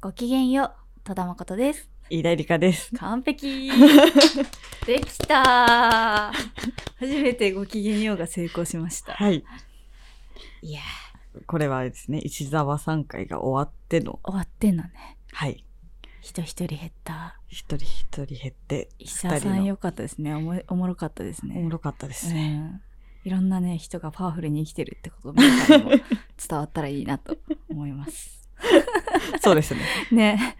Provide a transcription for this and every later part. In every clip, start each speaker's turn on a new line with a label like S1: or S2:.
S1: ごきげんよう、戸田誠です。
S2: 飯田絵梨香です。
S1: 完 璧できたー初めてごきげんようが成功しました。
S2: はい。
S1: いや
S2: これはあれですね、石沢3回が終わっての、
S1: ー、終わってんのね。
S2: はい。
S1: 人一人減った。
S2: 一人一人減って、
S1: 石田さ
S2: 二人
S1: ん
S2: の
S1: 良かったですね。おもおもろかったですね。
S2: おもろかったです
S1: う
S2: ね。
S1: ん、いろんなね人がパワフルに生きてるってこと皆さんにも伝わったらいいなと思います。
S2: そうですね。
S1: ね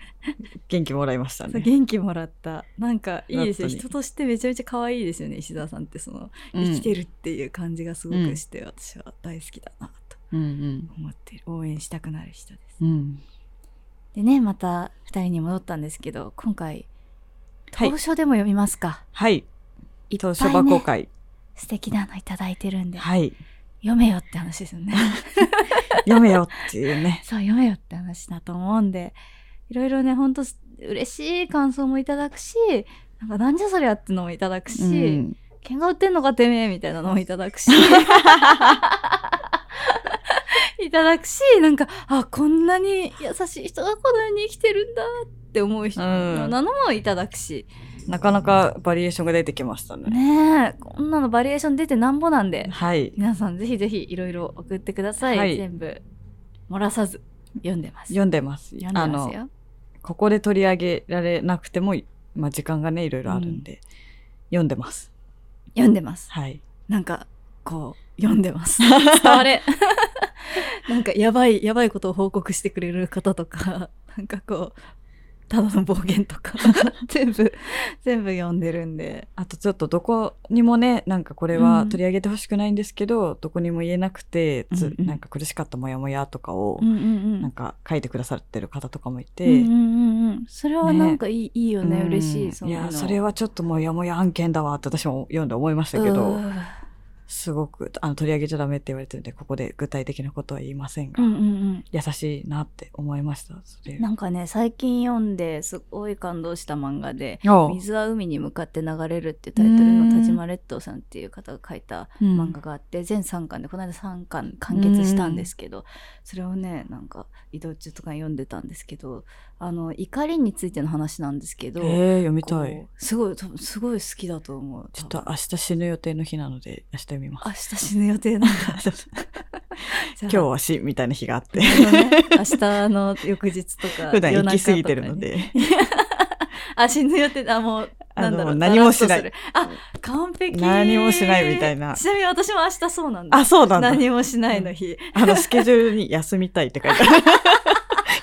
S2: 元気もらいましたね。
S1: 元気もらったなんかいいですよ
S2: 本当に
S1: 人としてめちゃめちゃ可愛いですよね石田さんってその、生きてるっていう感じがすごくして、私は大好きだなと
S2: うん
S1: 思ってる応援したくなる人です。
S2: うん。うん。
S1: でねまた2人に戻ったんですけど今回
S2: はい
S1: 投書でも読みますか。
S2: はい。
S1: いっぱい
S2: 当
S1: ね
S2: 初場公開。
S1: 素敵なのいただいてるんで、
S2: はい。
S1: 読めよって話ですよね。
S2: 読めよっていうね。
S1: そう読めよって話だと思うんでいろいろねほんと嬉しい感想もいただくしなんかなんじゃそりゃってのもいただくし、
S2: うん。
S1: 喧嘩売ってんのかてめえみたいなのもいただく しいただくしなんかあこんなに優しい人がこの世に生きてるんだって思う人
S2: うん
S1: なのもいただくし、
S2: なかなかバリエーションが出てきましたね。
S1: ねえこんなのバリエーション出てなんぼなんで
S2: はい。
S1: 皆さんぜひぜひいろいろ送ってください、
S2: はい
S1: 全部漏らさず読んでます
S2: 読んでます。
S1: 読んでます
S2: あの、
S1: よ
S2: ここで取り上げられなくても、まあ時間がね、いろいろあるんで、読んでます。
S1: 読んでます
S2: はい。
S1: なんか、こう、読んで ます。伝われなんか、やばい、やばいことを報告してくれる方とか、 なんかこう、ただの暴言と か、全部、全部読んでるんで。
S2: あとちょっとどこにもね、なんかこれ
S1: う
S2: は
S1: ん
S2: 取り上げてほしくないんですけど、どこにも言えなくて、つ
S1: うんうん
S2: なんか苦しかったモヤモヤとかを、
S1: んうん
S2: なんか書いてくださってる方とかもいて、
S1: うんうんうん、それはなんかいい,、いいよね、
S2: うん
S1: 嬉しい。そ
S2: いう
S1: いうの
S2: や、それはちょっとモヤモヤ案件だわって私も読んで思いましたけ
S1: う
S2: ど、
S1: ん
S2: すごくあの取り上げちゃダメって言われてるんで、ここで具体的なことは言いません
S1: う
S2: が、
S1: んうん
S2: 優しいなって思いました。それ
S1: うん。なんかね、最近読んですごい感動した漫画で、
S2: おう
S1: 水は海に向かって流れるっていうタイトルの田島列島さんっていう方が書いた
S2: うん
S1: 漫画があって全3巻でこの間3巻完結したんですけど、それをねなんか移動中とかに読んでたんですけどあの怒りについての話なんですけど、
S2: えー、読みたい
S1: こ。うすごい多分すごい好きだと思う
S2: ちょっ
S1: 多
S2: と
S1: 分
S2: 明日死ぬ予定の日なので、明日読みます。
S1: 明日死ぬ予定なんだ今
S2: 今日は死みたいな日が あって。
S1: 明日の翌日とか
S2: 普段
S1: 夜中と
S2: 行
S1: かに
S2: き過ぎてるので。
S1: あ死ぬ予定だもう
S2: あの
S1: なんだろう
S2: 何もしない
S1: だらっとするあ完璧
S2: 何もしないみたいな
S1: ちなみに私も明日そうなんだ
S2: あ、そうなんだ。
S1: 何もしないの日、
S2: あの、スケジュールに休みたいって書いて ある。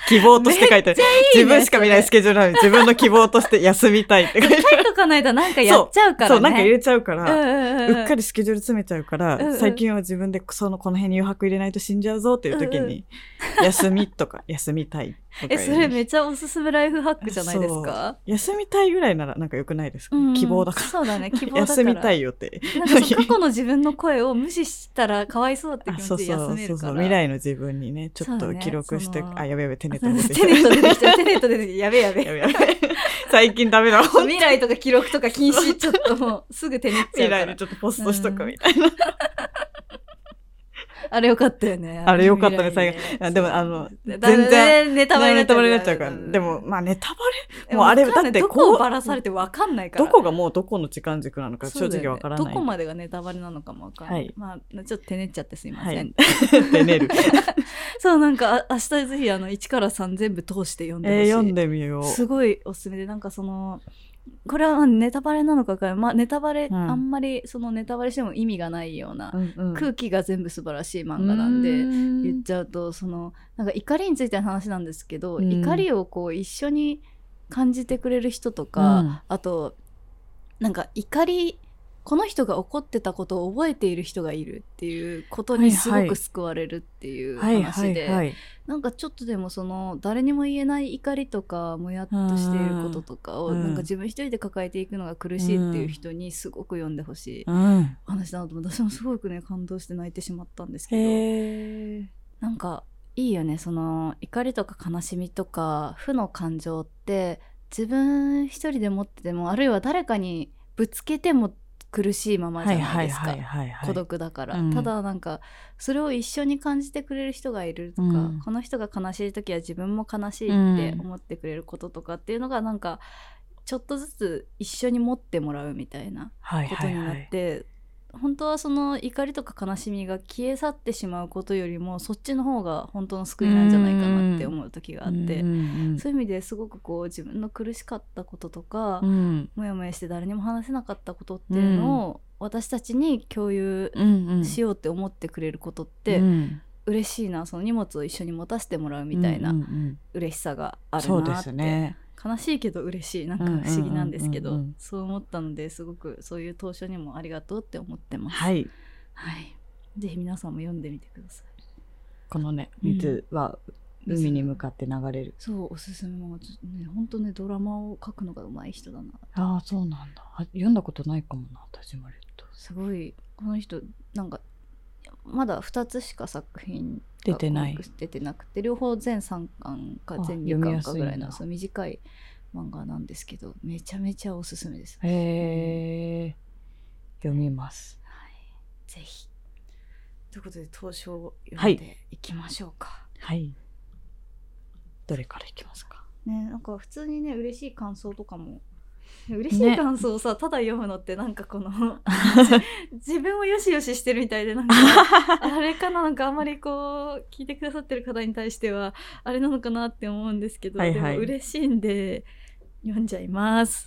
S2: 希望として書いてある。
S1: いいね
S2: 自分しか見ないスケジュールなのに、自分の希望として休みたいって書いてあ
S1: 書いとかないとなんかやっちゃうか らね。
S2: る。そう、なんか入れちゃうか
S1: う
S2: ら、
S1: んうんうん
S2: うっかりスケジュール詰めちゃうか
S1: うんうん
S2: ら、最近は自分でその、この辺に余白入れないと死んじゃうぞっていう時
S1: うんうん
S2: に、休みとか、休みたいとか。
S1: え、それめっちゃおすすめライフハックじゃないですか
S2: 休みたいぐらいならなんか良くないですか
S1: うんうん
S2: 希望だか
S1: そうだ ね、希望
S2: ら。
S1: だから。
S2: 休みたい予定。
S1: なんか そう過去の自分の声を無視したらかわいそうって
S2: あ
S1: 気
S2: そ
S1: 持
S2: う
S1: ちで
S2: そう
S1: 休め
S2: そ
S1: る
S2: う
S1: か
S2: そう
S1: ら。
S2: 未来の自分にねちょっ
S1: そう
S2: と
S1: ね
S2: 記録して、
S1: その
S2: あやべやべテネット持ってき
S1: テ
S2: た
S1: ネット出てきた、テネット出てきた。やべやべ。
S2: やべやべ最近ダメだ
S1: 未来とか記録とか禁止、ちょっともうすぐ手にっちゃう
S2: 未
S1: か
S2: 来で
S1: ら。
S2: ちょっとポストしとくみたいな、
S1: あれよかったよね。
S2: あれよかったね最後
S1: 未来
S2: あでもあ
S1: そ
S2: の
S1: う
S2: 全然
S1: だねネタバレ
S2: ネ
S1: に
S2: タバレに
S1: な
S2: なっちゃうから、でもまあネタバ
S1: で
S2: もうあれ
S1: わかんない
S2: だって
S1: ど
S2: こう
S1: こをばらされてわかんない
S2: レ
S1: から
S2: ど。こがもうどこの時間軸なのか
S1: そ
S2: 正
S1: うだよね
S2: 直わからない、
S1: どこまでがネタバレなのかもわかんない、
S2: はい
S1: まあちょっと手ねっちゃってすいま
S2: は
S1: せん、
S2: いで寝る
S1: そうなんかあ明日ぜひあの1から3全部通して読んでほしい、
S2: えー、読んでみよう
S1: すごいおすすめでなんかそのこれはまあネタバレなのかわかんないまあネタバレ、
S2: うん
S1: あんまりそのネタバレしても意味がないような、
S2: うんうん
S1: 空気が全部素晴らしい漫画なんで、
S2: うーん
S1: 言っちゃうとそのなんか怒りについての話なんですけど、
S2: うん
S1: 怒りをこう一緒に感じてくれる人とか、
S2: うん
S1: あとなんか怒りこの人が怒ってたことを覚えている人がいるっていうこと
S2: はい
S1: に
S2: はい
S1: すごく救われるっていう
S2: はいは
S1: 話
S2: いは
S1: で
S2: い
S1: なんかちょっとでもその誰にも言えない怒りとかもやっとしていることとかを
S2: うん
S1: なんか自分一人で抱えていくのが苦しいっていう人にすごく読んでほしい
S2: うん
S1: 話だなと思って私もすごくね感動して泣いてしまったんですけど。
S2: へえ
S1: なんかいいよねその怒りとか悲しみとか負の感情って自分一人で持っててもあるいは誰かにぶつけても苦しいままじゃないですか
S2: はい
S1: 孤独だから、
S2: うん
S1: ただなんかそれを一緒に感じてくれる人がいるとか、
S2: うん
S1: この人が悲しい時は自分も悲しいって思ってくれることとかっていうのがなんかちょっとずつ一緒に持ってもらうみたいな
S2: はい
S1: こと
S2: はい
S1: にな
S2: は
S1: っ
S2: い
S1: て、本当はその怒りとか悲しみが消え去ってしまうことよりもそっちの方が本当の救いなんじゃないかなって思う時があって、
S2: うんうん
S1: そういう意味ですごくこう自分の苦しかったこととか、
S2: うん
S1: もやもやして誰にも話せなかったことっていうのを私たちに共有
S2: うんうん
S1: しようって思ってくれることって
S2: うん
S1: 嬉しいなその荷物を一緒に持たせてもらうみたい
S2: うん
S1: な
S2: うんうん
S1: 嬉しさがある
S2: そう
S1: な
S2: で
S1: って、
S2: すね
S1: 悲しいけど嬉しいなんか不思議なんですけど、
S2: うんうんうんうん
S1: そう思ったのですごくそういう当初にもありがとうって思ってます。
S2: はい
S1: はい、ぜひ皆さんも読んでみてください。
S2: このね
S1: うん
S2: 水は海に向かって流れる、
S1: そうおすすめもずね本当ねドラマを書くのが上手い人だな
S2: ああそうなんだあ読んだことないかもな田島レッド
S1: すごいこの人なんかまだ2つしか作品
S2: 出てない
S1: コミックス出てなくて両方全3巻か
S2: あ
S1: 全2巻か
S2: 読みやすいんだ
S1: ぐらいのそう短い漫画なんですけどめちゃめちゃおすすめです、
S2: へえ読みます
S1: はい、ぜひということで東証を
S2: は
S1: 読ん
S2: い
S1: でいきましょうか、
S2: はいどれからいきますか
S1: ねなんか普通にね嬉しい感想とかも 嬉しい感想をさ、ただ読むのってなんかこの自分をよしよししてるみたいでなんか あれかななんかあんまりこう聞いてくださってる方に対してはあれなのかなって思うんですけど、
S2: はいはい
S1: でも嬉しいんで読んじゃい ます。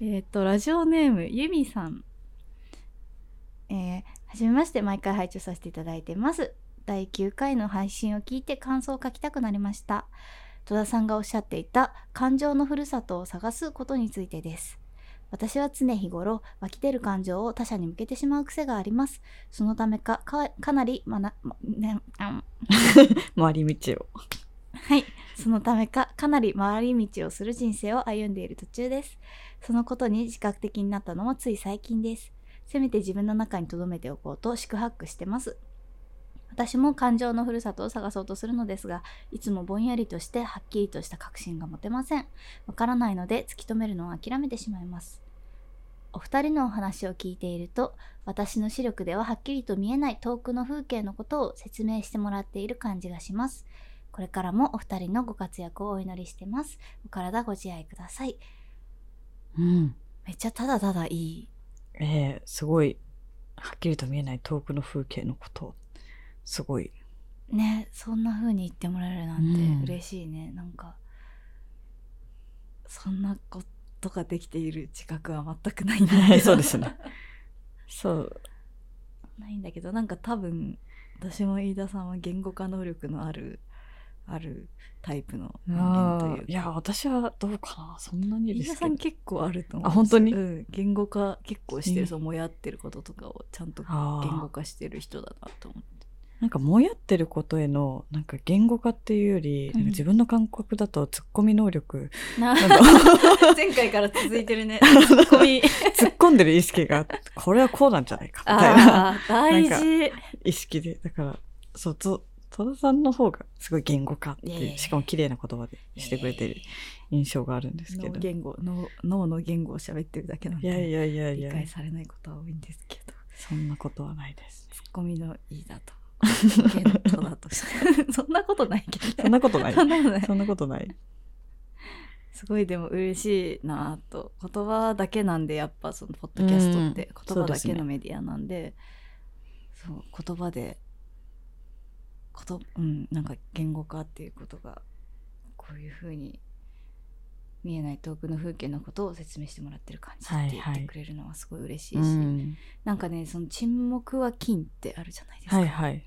S1: えっとラジオネームゆみさん。えーはじめまして毎回拝聴させていただいてます。第9回の配信を聞いて感想を書きたくなりました。戸田さんがおっしゃっていた感情のふるさとを探すことについてです。私は常日頃湧き出る感情を他者に向けてしまう癖があります。そのためかかかなりまな、まね、あん
S2: 回り道を
S1: はい、そのためかかなり回り道をする人生を歩んでいる途中です。そのことに自覚的になったのもつい最近です。せめて自分の中に留めておこうと四苦八苦してます。私も感情のふるさとを探そうとするのですが、いつもぼんやりとしてはっきりとした確信が持てません。わからないので突き止めるのを諦めてしまいます。お二人のお話を聞いていると、私の視力でははっきりと見えない遠くの風景のことを説明してもらっている感じがします。これからもお二人のご活躍をお祈りしてます。お体ご自愛ください。
S2: うん
S1: めっちゃただただいい。
S2: えー、すごいはっきりと見えない遠くの風景のことすごい
S1: ね、そんな風に言ってもらえるなん
S2: うん
S1: て嬉しいね。なんか、そんなことができている自覚は全くないんだけ ど。
S2: そうですね。そう
S1: ないんだけど、なんか多分、私も飯田さんは言語化能力のある、あるタイプの人間と
S2: あ
S1: いう
S2: ー
S1: か
S2: いや私はどうかなそんなにで
S1: 飯田
S2: す
S1: さ
S2: けど
S1: ん結構あると思う
S2: あ本当に
S1: うん、言語化結構して
S2: え
S1: るそうもやってることとかをちゃんと
S2: あー
S1: 言語化してる人だなと思って
S2: なんかもやってることへのなんか言語化っていうより、
S1: ん
S2: なんか自分の感覚だとツッコミ能力
S1: な
S2: なんだ
S1: 前回から続いてるね
S2: ツッ
S1: コミ
S2: 突っ込んでる意識がこれはこうなんじゃないかみたいな
S1: ああ大
S2: なんか
S1: 事
S2: 意識でだからそうと戸田さんの方がすごい言語化って
S1: いやいやい
S2: い
S1: や
S2: うしかも綺麗な言葉でしてくれてる印象があるんですけ
S1: 脳
S2: ど
S1: 言語脳脳の言語を喋ってるだけなん
S2: い
S1: で
S2: やいやいやい
S1: 理
S2: や
S1: 解されないことは多いんですけど
S2: そんなことはないですね
S1: ツッコミのいいだ とゲントだとして そんなことないけど
S2: そん なことない
S1: そんなことない
S2: そんなことない
S1: すごいでも嬉しいなぁと言葉だけなんでやっぱそのポッドキャストって
S2: う
S1: 言
S2: ん
S1: 葉だ
S2: そうです
S1: け
S2: ね
S1: のメディアなんで,、そう言葉でこと、うん、なんか言語化っていうことがこういうふうに見えない遠くの風景のことを説明してもらってる感じって言
S2: は
S1: っ
S2: いは
S1: て
S2: い
S1: くれるのはすごい嬉しいし、
S2: うん
S1: なんかねその沈黙は金ってあるじゃないですか、
S2: はいはい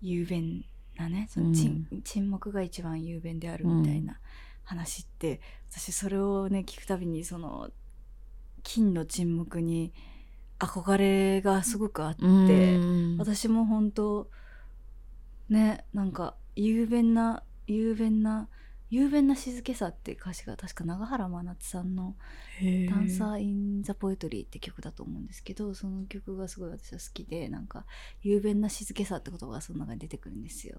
S1: 雄弁なねその沈,、沈黙が一番雄弁であるみたいな話って、私それをね聞くたびにその金の沈黙に憧れがすごくあって、
S2: うん
S1: 私も本当ねなんか雄弁な雄弁な雄弁な静けさって歌詞が確か長原真夏さんの
S2: へ
S1: 「
S2: ー
S1: ダンサー・イン・ザ・ポエトリー」って曲だと思うんですけどその曲がすごい私は好きでなんか雄弁な静けさって言葉がその中に出てくるんですよ。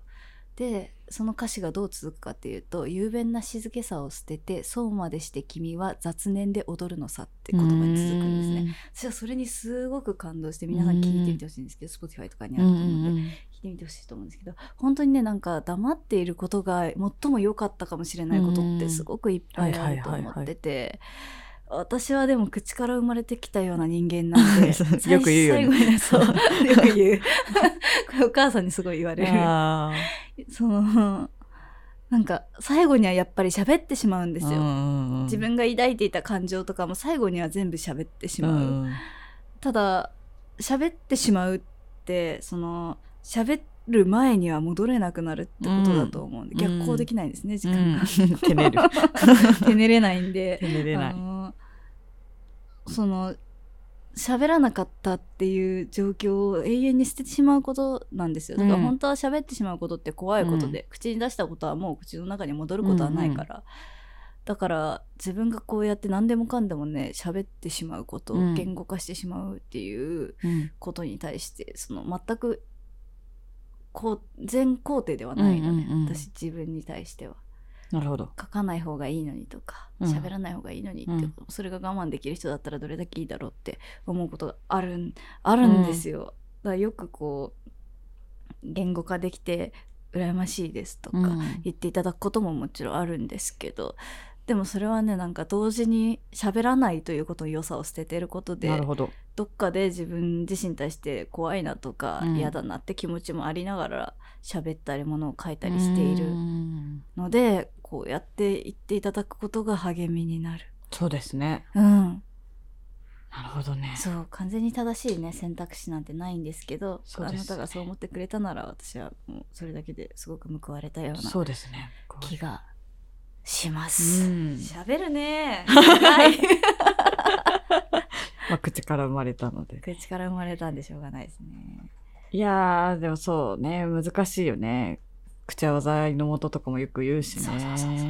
S1: でその歌詞がどう続くかっていうと「雄弁な静けさを捨ててそうまでして君は雑念で踊るのさ」って言葉に続くんですね。私はそれにすごく感動して皆さん聞いてみてほしいんですけど Spotify とかにあ
S2: う
S1: る
S2: ん。
S1: と
S2: うん
S1: 思うんで聞いてみてほしいと思うんですけど本当にねなんか黙っていることが最も良かったかもしれないことってすごくいっぱいあると思ってて。私はでも口から生まれてきたような人間なんで
S2: そうよく言う
S1: 最
S2: よね
S1: 後にねそう よく言うこれお母さんにすごい言われる
S2: ああ。
S1: そのなんか最後にはやっぱり喋ってしまうんですよ、
S2: よ
S1: 自分が抱いていた感情とかも最後には全部喋ってし
S2: う
S1: まう、
S2: んうん
S1: ただ喋ってしまうってその喋る前には戻れなくなるってことだと思うんで、
S2: うん
S1: 逆行できないんですね、時
S2: う
S1: 間
S2: ん
S1: が、
S2: 手寝る。
S1: 手寝れないんで
S2: 手寝れな
S1: あ
S2: い。
S1: のその喋らなかったっていう状況を永遠に捨ててしまうことなんですよだから
S2: うん
S1: 本当は喋ってしまうことって怖いことで、口に出したことはもう口の中に戻ることはないから、だから自分がこうやって何でもかんでもね喋ってしまうこと
S2: うん
S1: 言語化してしまうっていう
S2: うん
S1: ことに対してその全くこう全肯定ではないのね、
S2: うんうんうん
S1: 私自分に対しては。
S2: なるほど。
S1: 書かない方がいいのにとか
S2: うん
S1: 喋らない方がいいのにって、
S2: うん
S1: それが我慢できる人だったらどれだけいいだろうって思うことがあるんあるんですよ。だからよくこう言語化できて羨ましいですとか
S2: うん
S1: 言っていただくことももちろんあるんですけど、でもそれはねなんか同時に喋らないということの良さを捨ててることで
S2: なるほど。
S1: どっかで自分自身に対して怖いなとか
S2: うん
S1: 嫌だなって気持ちもありながら喋ったりものを書いたりしている。
S2: うん
S1: のでこうやって言っていただくことが励みになる。
S2: そうですね。
S1: うん、
S2: なるほどね。
S1: そう完全に正しいね選択肢なんてないんですけど
S2: そう
S1: あ
S2: です
S1: なたがそう思ってくれたなら私はもうそれだけですごく報われたような
S2: そうですね。こう
S1: 気がしま
S2: う
S1: す。
S2: ん
S1: 喋、るねはい
S2: まあ口から生まれたので。
S1: 口から生まれたんでしょうがないですね。
S2: いやー、でもそうね、難しいよね。口は災いのもととかもよく言うしね。
S1: そうそうそうそうそう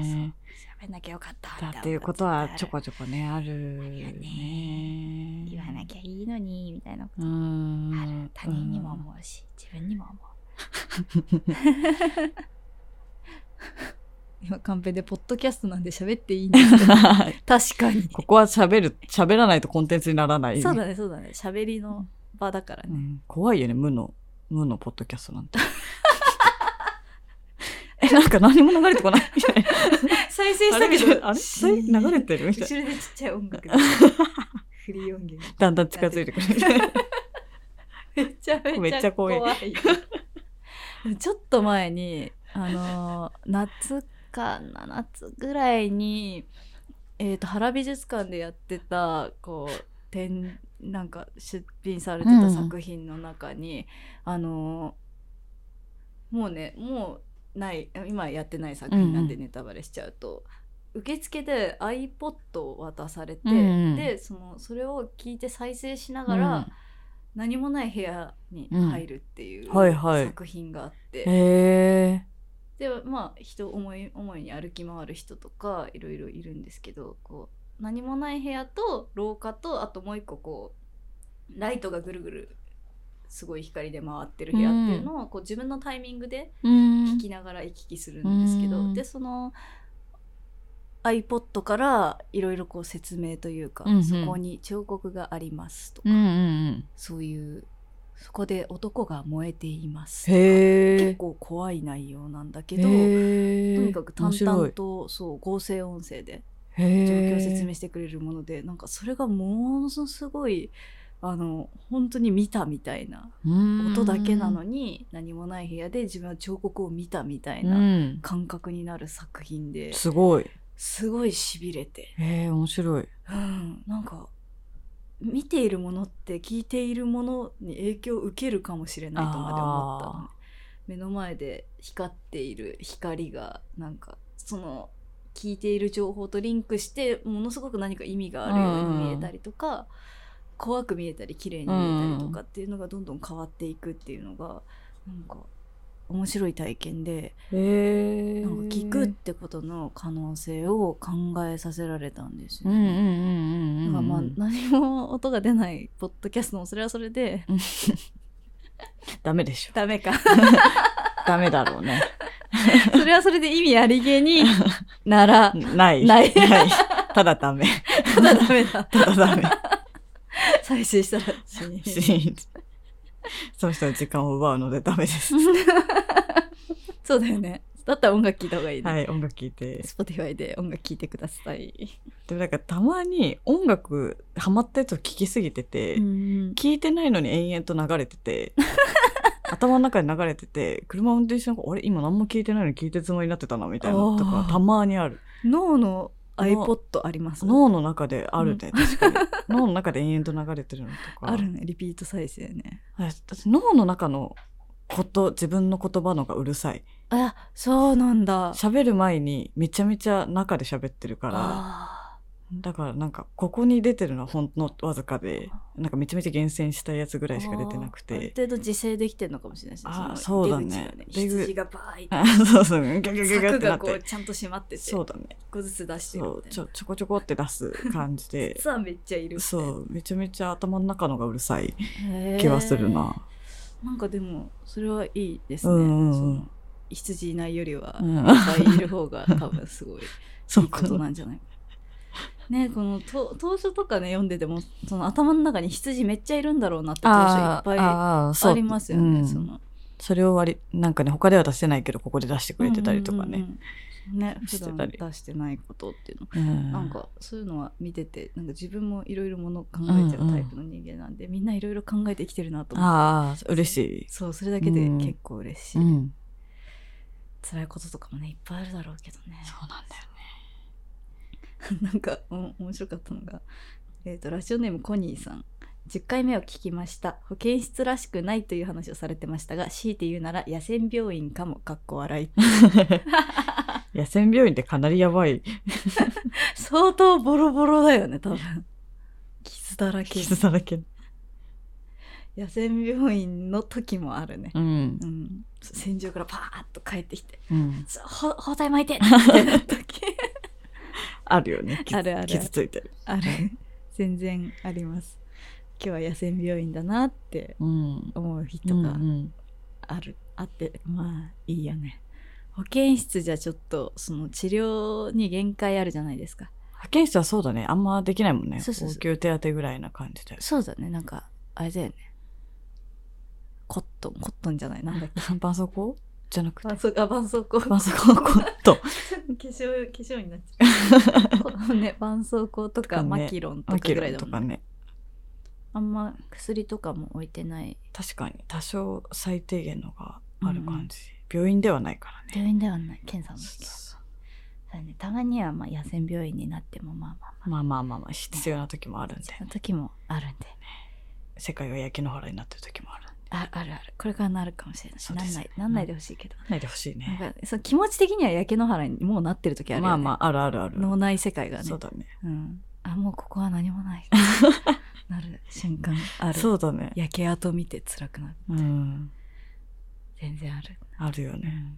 S1: 喋んなきゃよかったみたい
S2: だ
S1: な
S2: っていうことはちょこ
S1: ある
S2: ちょこね、あるよ
S1: あるよ
S2: ね。
S1: 言わなきゃいいのにみたいなこ
S2: う
S1: とあ
S2: ん
S1: る。他人にも思うし自分にも思う 今カンペでポッドキャストなんで喋っていいんです けど確かに
S2: ここは喋る、喋らないとコンテンツにならない。
S1: そうだねそうだね喋りの場だから
S2: う
S1: ね、
S2: ん怖いよね、無の、無のポッドキャストなんて。 え、なんか何も流れて こないみたいな。
S1: 再生
S2: あれみたいなあれ
S1: シ
S2: 流
S1: ーン
S2: れてるみたいな。
S1: 後ろでちっちゃい音楽 でフリー音源
S2: だんだん近づいてくるみたいな。
S1: めっちゃめ
S2: めっちゃ怖い
S1: いちょっと前にあのー夏かな夏ぐらいに、えー、と原美術館でやってたこう展なんか出品されてた作品の中に、あのーもうねもうない今やってない作品なんで
S2: うん
S1: ネタバレしちゃうと、受付で iPod を渡されて、
S2: うんうん
S1: でそのそれを聞いて再生しながら、
S2: うん
S1: 何もない部屋に入るっていう
S2: うんはいはい
S1: 作品があって、
S2: へえ。
S1: でまあ人思い思いに歩き回る人とかいろいろいるんですけどこう何もない部屋と廊下とあともう一個こうライトがぐるぐるすごい光で回ってる部屋っていうのをこう自分のタイミングで
S2: うん
S1: 聞きながら行き来するんですけど、
S2: うん
S1: でその iPod からいろいろこう説明というか、
S2: うんうん
S1: そこに彫刻がありますとか
S2: うんう。んうん。
S1: そういうそこで男が燃えています
S2: へ
S1: 結
S2: え。
S1: 構怖い内容なんだけ
S2: け
S1: ど、
S2: と
S1: とにかく淡々とそう合成音声で
S2: 状
S1: 状況を説明
S2: し
S1: してくれるもので、なんかそれがものすごいあの本当に見たみたいな音だけなの
S2: み
S1: に何もない部屋で自分は彫刻を見たみたい
S2: うん
S1: な
S2: うん
S1: 感覚になる作品です
S2: ごい。
S1: すごい痺れて。
S2: へえ、面白い。
S1: うん、なんか見ているものって聞いているものに影響を受けるかもしれないとまで思ったのね目の前で光っている光がなんかその聞いている情報とリンクしてものすごく何か意味があるように見えたりとか、怖く見えたり綺麗に見えたりとかっていうのがどんどん変わっていくっていうのがなんか面白い体験で
S2: へえ。
S1: なんか聞くってことの可能性を考えさせられたんです
S2: う
S1: よ
S2: ん
S1: ね。
S2: うんうんうんうん。
S1: だからまあ何も音が出ないポッドキャストもそれはそれで
S2: ダメでしょ。
S1: ダメか
S2: ダメだろうね。
S1: それはそれで意味ありげになら、
S2: ない。
S1: ない
S2: ない。ただダメ。
S1: ただダメだ。
S2: ただダメ。
S1: 再生したら死に。
S2: シーンその人の時間を奪うのでダメ です。
S1: そうだよね。だったら音楽聴いた方がいいね。
S2: はい、音楽聴いて。
S1: Spotify で音楽聴いてください。
S2: でもなんかたまに音楽ハマったやつを聴きすぎてて、
S1: うん
S2: 聞いてないのに延々と流れ てて頭の中で流れてて車運転しながら「あれ今何も聞いてないのに聞いてるつもりになってたな」みたいなのと
S1: あ
S2: か
S1: ー
S2: たまにある
S1: 脳の iPod あります
S2: 脳の中であるね、確かに脳の中で延々と流れてるのと か
S1: あるね。リピート再生ね。
S2: はい私脳の中のこと自分の言葉のがうるさい
S1: あ、そうなんだ。
S2: 喋る前にめちゃめちゃ中で喋ってるから
S1: あ
S2: だからなんかここに出てるのはほんのわずかでなんかめちゃめちゃ厳選したやつぐらいしか出てなく
S1: ある
S2: て
S1: 程度自制できてるのかもしれないですね。
S2: あー
S1: の
S2: そうだね
S1: 出口が羊
S2: 出口
S1: がバーイ
S2: あ そうそうギュギュギュギュ
S1: 柵
S2: ってな
S1: が
S2: っ
S1: こう
S2: て
S1: ちゃんと閉まってて、
S2: そう
S1: 一
S2: だね
S1: 個ずつ出してる
S2: そ
S1: み
S2: う
S1: たい
S2: ち
S1: な。
S2: ょちょこちょこって出す感 じで
S1: 実はめっちゃいるみたいな。
S2: そうめちゃめちゃ頭の中のがうるさい
S1: へー
S2: 気はするな、
S1: なんかでもそれはいいですね、
S2: うんうんうん
S1: その羊いないよりは
S2: う
S1: いっ
S2: ん
S1: ぱいいる方 が多分すごいい
S2: そう
S1: いことなんじゃないかねこのと当初とかね読んでてもその頭の中に羊めっちゃいるんだろうなって当初いっぱいあ
S2: あーそう
S1: りますよね
S2: うん
S1: その
S2: それを割りなんかね他では出してないけどここで出してくれてたりとか
S1: うんう
S2: ね、
S1: んうんね普
S2: して
S1: 段
S2: たり
S1: 出してないことっていうの
S2: うん
S1: なんかそういうのは見ててなんか自分もいろいろものを考えちゃうタイプの人間なんで、みんないろいろ考えて生きてるなと思って
S2: ああ嬉しい、
S1: そうそれだけで結構嬉しい、
S2: うん、
S1: 辛いこととかもねいっぱいあるだろうけどね
S2: そうなんだよね
S1: なんかお面白かったのが、えー、とラジオネームコニーさん10回目を聞きました保健室らしくないという話をされてましたが強いて言うなら野戦病院かもかっこ笑い
S2: 野戦病院ってかなりやばい
S1: 相当ボロボロだよね多分傷だらけ
S2: 傷だらけ、
S1: 野戦病院の時もあるね、
S2: うん
S1: うん、戦場からパーッと帰ってきて
S2: うん、
S1: 「ほ包帯巻いて!」みたいな時
S2: あるよね傷
S1: あるある
S2: 傷ついてる、
S1: ある全然あります今日は野戦病院だなって
S2: うん、
S1: 思う日と
S2: と
S1: か、
S2: か、うん
S1: あるあってまあいいよね保健室じゃちょっとその治療に限界あるじゃないですか
S2: 派遣室はそうだねあんまできないもんね
S1: そうそうそう
S2: 応急手当ぐらいな感じで
S1: そうだねなんかあれだよねコットンコットンじゃないなん だっけ
S2: 絆創膏じゃなくて
S1: 絆創膏絆創膏
S2: 絆創膏コッ トン
S1: 化粧化粧になっちゃうこうね絆創膏とか
S2: とかね
S1: マキロンと
S2: マ
S1: か
S2: キ
S1: ぐ
S2: ロ
S1: らい
S2: ン
S1: だ
S2: と
S1: も
S2: か
S1: んね
S2: ね
S1: あんま薬とかも置いてない
S2: 確かに多少最低限のがある感じ、病院ではないからね
S1: 病院ではない検査も
S2: そうそう
S1: そうだねたまにはまあ野戦病院になってもまあまあ
S2: まあまあまあまあ必要な時もあるんで
S1: その時もあるんで
S2: 世界が焼き野原になってる時もあるんで
S1: ああるあるこれからなるかもしれない、
S2: そう
S1: な
S2: で
S1: ん
S2: す
S1: な
S2: ね
S1: いなんないでほしいけど、
S2: ないでほしいね
S1: なんかその気持ち的には焼け野原にもうなってる時あるよ、ね、
S2: まあまああるあるある、
S1: 脳内世界がね
S2: そうだね
S1: うん、あもうここは何もない なる瞬間ある
S2: そうだね
S1: 焼け跡見て辛くなる
S2: うん
S1: 全然ある
S2: あるよね、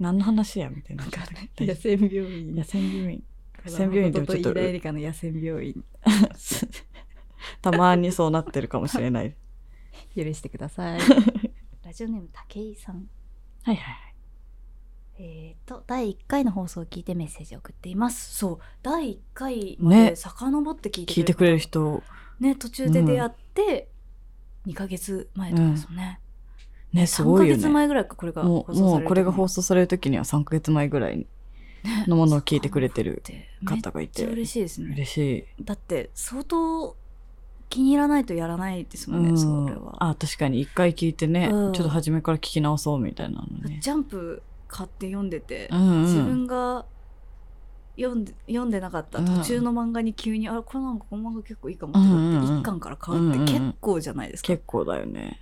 S2: 何の話やみたいな
S1: わかる
S2: 大丈
S1: 野
S2: 夫
S1: 戦病院
S2: 野戦病院野戦病院でもちょっ
S1: と
S2: と
S1: イライリカの野戦病院
S2: たまにそうなってるかもしれない
S1: 許してくだ さいラジオネーム武井さん
S2: はいはいはい
S1: えー、と第1回の放送を聞いてメッセージを送っていますそう第1回まで
S2: ね
S1: 遡って聞いてくれ,、
S2: 聞いてくれる人
S1: ね途中で出会って2ヶ月前とかですよね、
S2: ねすごいよ
S1: 3
S2: ね
S1: ヶ月前ぐらいかこれが
S2: もうもうこれが放
S1: 送
S2: 送される時には3ヶ月前ぐらいのものを聞いてくれてる
S1: される時にってめっ
S2: 方がい
S1: ち
S2: て
S1: ゃ嬉しいですね
S2: 嬉しい、
S1: だって相当気に入らないとやらないですもんね、
S2: うん
S1: それは
S2: あ確かに一回聞いてね、
S1: うん
S2: ちょっと初めから聞き直そうみたいなのね、
S1: ジャンプ買って読んでて、
S2: うんうん、
S1: 自分が読んで読んでなかった
S2: うん
S1: 途中の漫画に急に、あれこれなんかこの漫画結構いいかもってな
S2: うん
S1: っ
S2: うん
S1: て
S2: うん
S1: 1巻から買うって結構じゃないですか、
S2: 結構だよね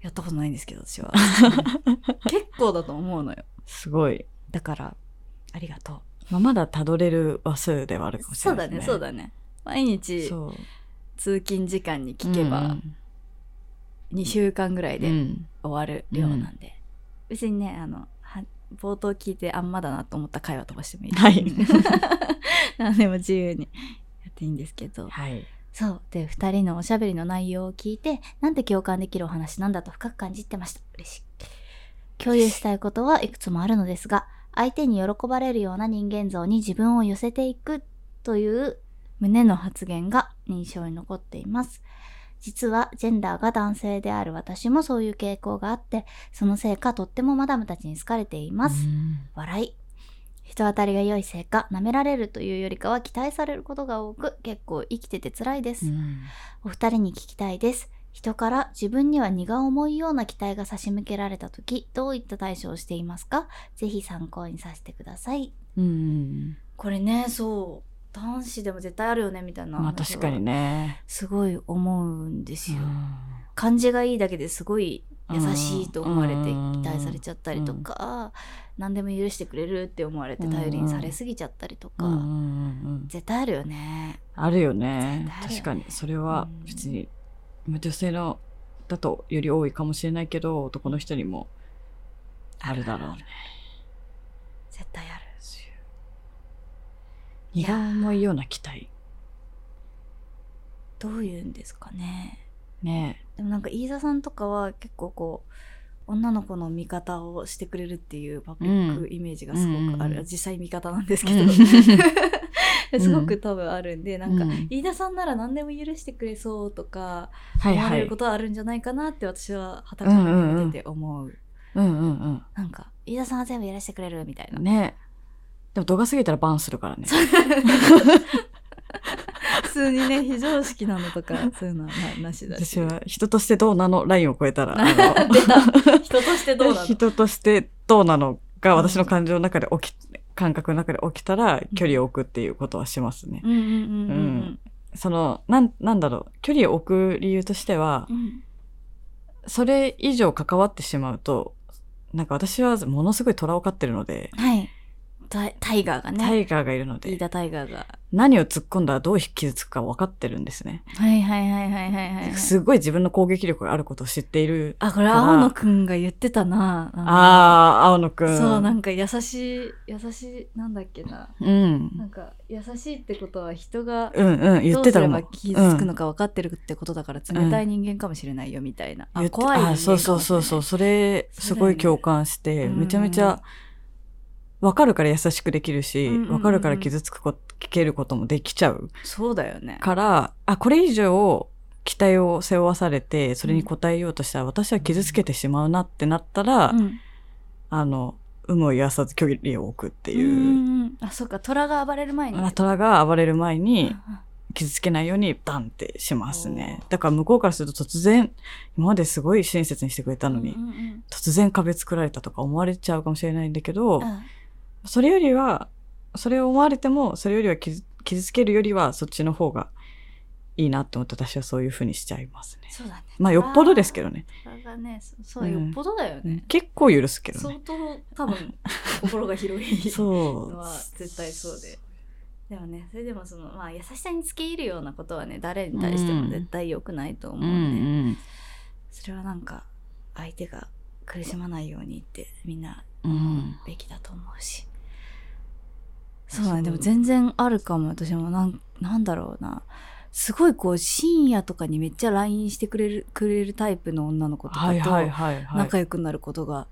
S1: やったことないんですけど 私は結構だと思うのよ
S2: すごい、
S1: だからありがとう
S2: まあ、まだたどれる話数ではあるかもし
S1: そ
S2: れ
S1: う
S2: な
S1: だ
S2: い、ね
S1: ね、そうだね毎日
S2: そう
S1: 通勤時間に聞けば2週間ぐらい
S2: うんう
S1: で
S2: ん
S1: 終わる量なんで、別にねあのは冒頭聞いてあんまだなと思った回は飛ばしてもいいです
S2: はい
S1: 何でも自由にやっていいんですけど
S2: はい
S1: そうで2人のおしゃべりの内容を聞いてなんて共感できるお話なんだと深く感じてました嬉しい共有したいことはいくつもあるのですが、相手に喜ばれるような人間像に自分を寄せていくという胸の発言が印象に残っています。実はジェンダーが男性である私もそういう傾向があって、そのせいかとってもマダムたちに好かれています。笑い人当たりが良いせいか舐められるというよりかは期待されることが多く結構生きてて辛いです、
S2: うん
S1: お二人に聞きたいです人から自分には荷が重いような期待が差し向けられた時どういった対処をしていますかぜひ参考にさせてください
S2: うん
S1: これねそう男子でも絶対あるよねみたいな
S2: まあ
S1: 話
S2: 確
S1: は
S2: かにね。
S1: すごい思うんですよ、
S2: うん
S1: 漢字がいいだけですごい優しいと思われて
S2: うん
S1: 期待されちゃったりとか、何でも許してくれるって思われて頼りにされすぎちゃったりとか、
S2: うんうんうんうん
S1: 絶対あるよね。
S2: あるよね
S1: 絶対あるよね
S2: 確かにそれは別に、まあ女性のだとより多いかもしれないけど男の人にもあるだろうね
S1: 絶対ある。
S2: 荷が重いような期待
S1: どういうんですかね。
S2: ね
S1: でもなんか飯田さんとかは結構こう女の子の味方をしてくれるっていうパブリックイメージがすごくある、
S2: うん
S1: 実際味方なんですけ ど、
S2: うん
S1: すごく多分あるんでなんか、
S2: う
S1: 飯田さんなら何でも許してくれそうとか
S2: はい
S1: 思わ
S2: は
S1: れる
S2: い
S1: ことはあるんじゃないかなって私は二十歳の時見てて思う,、
S2: うんうん
S1: なんか飯田さんは全部やらせてくれるみたいな
S2: うんねでも度が過ぎたらバンするからね
S1: 普通にね非常識なのと かそういうのはななしだし
S2: 私は人としてどうなのラインを超えた らあの
S1: 出 た人としてどうなの
S2: 人としてどうなのが私の感情の中で起き感覚の中で起きたら距離を置くっていうことはしますね、
S1: うんうんうんうん
S2: そのなんなんだろう距離を置く理由としては
S1: うんうん
S2: それ以上関わってしまうとなんか私はものすごい虎を飼ってるので、
S1: はいタタイガーが
S2: タ
S1: ね
S2: イガーがいるの
S1: 飯
S2: で
S1: 田タイガーが
S2: 何を突っ込んだらどう傷つくか分かってるんですね、
S1: はいはいはいはいはいはい
S2: すごい自分の攻撃力があることを知っている
S3: あこれ青野くんが言ってたななんか
S2: ああ青野くん
S3: そうなんか優しい優しいなんだっけな
S2: うん
S3: なんか優しいってことは人が
S2: うんうん言
S3: ど
S2: っ
S3: うす
S2: てた
S3: れ
S2: か
S3: ば
S2: も
S3: 気づくのか分かってるってことだから冷たい人間かもしれないよみたいな、あ
S2: 言って
S3: 怖い人間かも
S2: あ
S3: しれ
S2: そ
S3: な
S2: う
S3: い
S2: そうそうそうそれすごい共感して、
S3: うん
S2: めちゃめちゃ分かるから優しくできるし、
S3: うんうんうんうん
S2: 分かるから傷つくこ聞けることもできちゃう
S3: そうだよね
S2: からあこれ以上期待を背負わされてそれに応えようとしたら私は傷つけてしまうなってなった
S1: う
S2: ら、
S1: ん
S2: あの有無を言わさず距離を置くって
S1: うんう
S2: いう、
S1: んうんあそうか虎が暴れる前に
S2: まあ虎が暴れる前に
S1: あ
S2: 傷つけないようにダンってしますねだから向こうからすると突然今まですごい親切にしてくれたのに、
S1: うんうんうん
S2: 突然壁作られたとか思われちゃうかもしれないんだけど、
S1: あ
S2: それよりはそれを思われてもそれよりは傷傷つけるよりはそっちの方がいいなって思って私はそういうふうにしちゃいますね。
S1: そうだね
S2: まあよっぽどですけどね。
S1: 虎がねそそう、
S2: うん
S1: よっぽどだよね、
S2: 結構許すけど
S1: 相
S2: ね。
S1: 当多 分心が広い
S2: そう。
S1: のは絶対そうで。でもねそれでもその、まあ、優しさにつけ入るようなことはね誰に対しても絶対良くないと思う
S2: うん
S1: で、
S2: ん
S1: それはなんか相手が苦しまないようにってみんな
S2: うん。うん。
S1: べきだと思うし
S2: そ
S1: そううだねでも全然あるかも私もなんなんだろうなすごいこう深夜とかにめっちゃ LINE してくれるくれるタイプの女の子とかと、
S2: はいはいはいはい。
S1: 仲良くなることが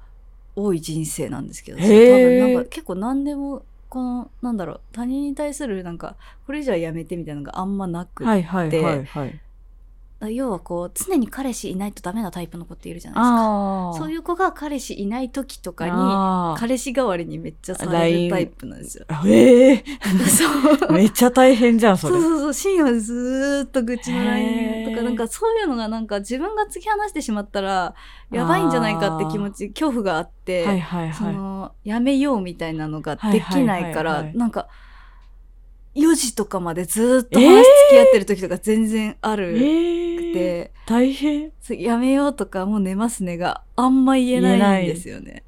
S1: 多い人生なんですけど、
S2: へ
S1: 多
S2: ー
S1: 分なんか結構何でもこのなんだろう他人に対するなんかこれ以上はやめてみたいなのがあんまなく、
S2: はいはいはいはい。
S1: 要はこう常に彼氏いないとダメなタイプの子っているじゃないですか。
S2: あ
S1: そう
S2: う
S1: いう子が彼氏いない時とかに
S2: か
S1: 彼氏代わりにめっちゃされるタイプなん ですよ。
S2: に。ええ
S1: そう
S2: めっちゃ大変じゃんそ
S1: そう
S2: れ。
S1: そうそう深夜ずーっと愚痴の LINE と
S2: へー
S1: かなんかそういうのがなんか自分が突き放してしまったらやばいんじゃないかって気持ち恐怖があって、
S2: はいはい
S1: そ
S2: はい。
S1: のやめようみたいなのが
S2: はい
S1: で
S2: は
S1: き
S2: いはいはい
S1: ないから、なんか4時とかまでずーっと話付き合ってる時とか全然あるくて、
S2: ええ大変。
S1: そうやめようとかもう寝ますねがあんま言えないんですよね。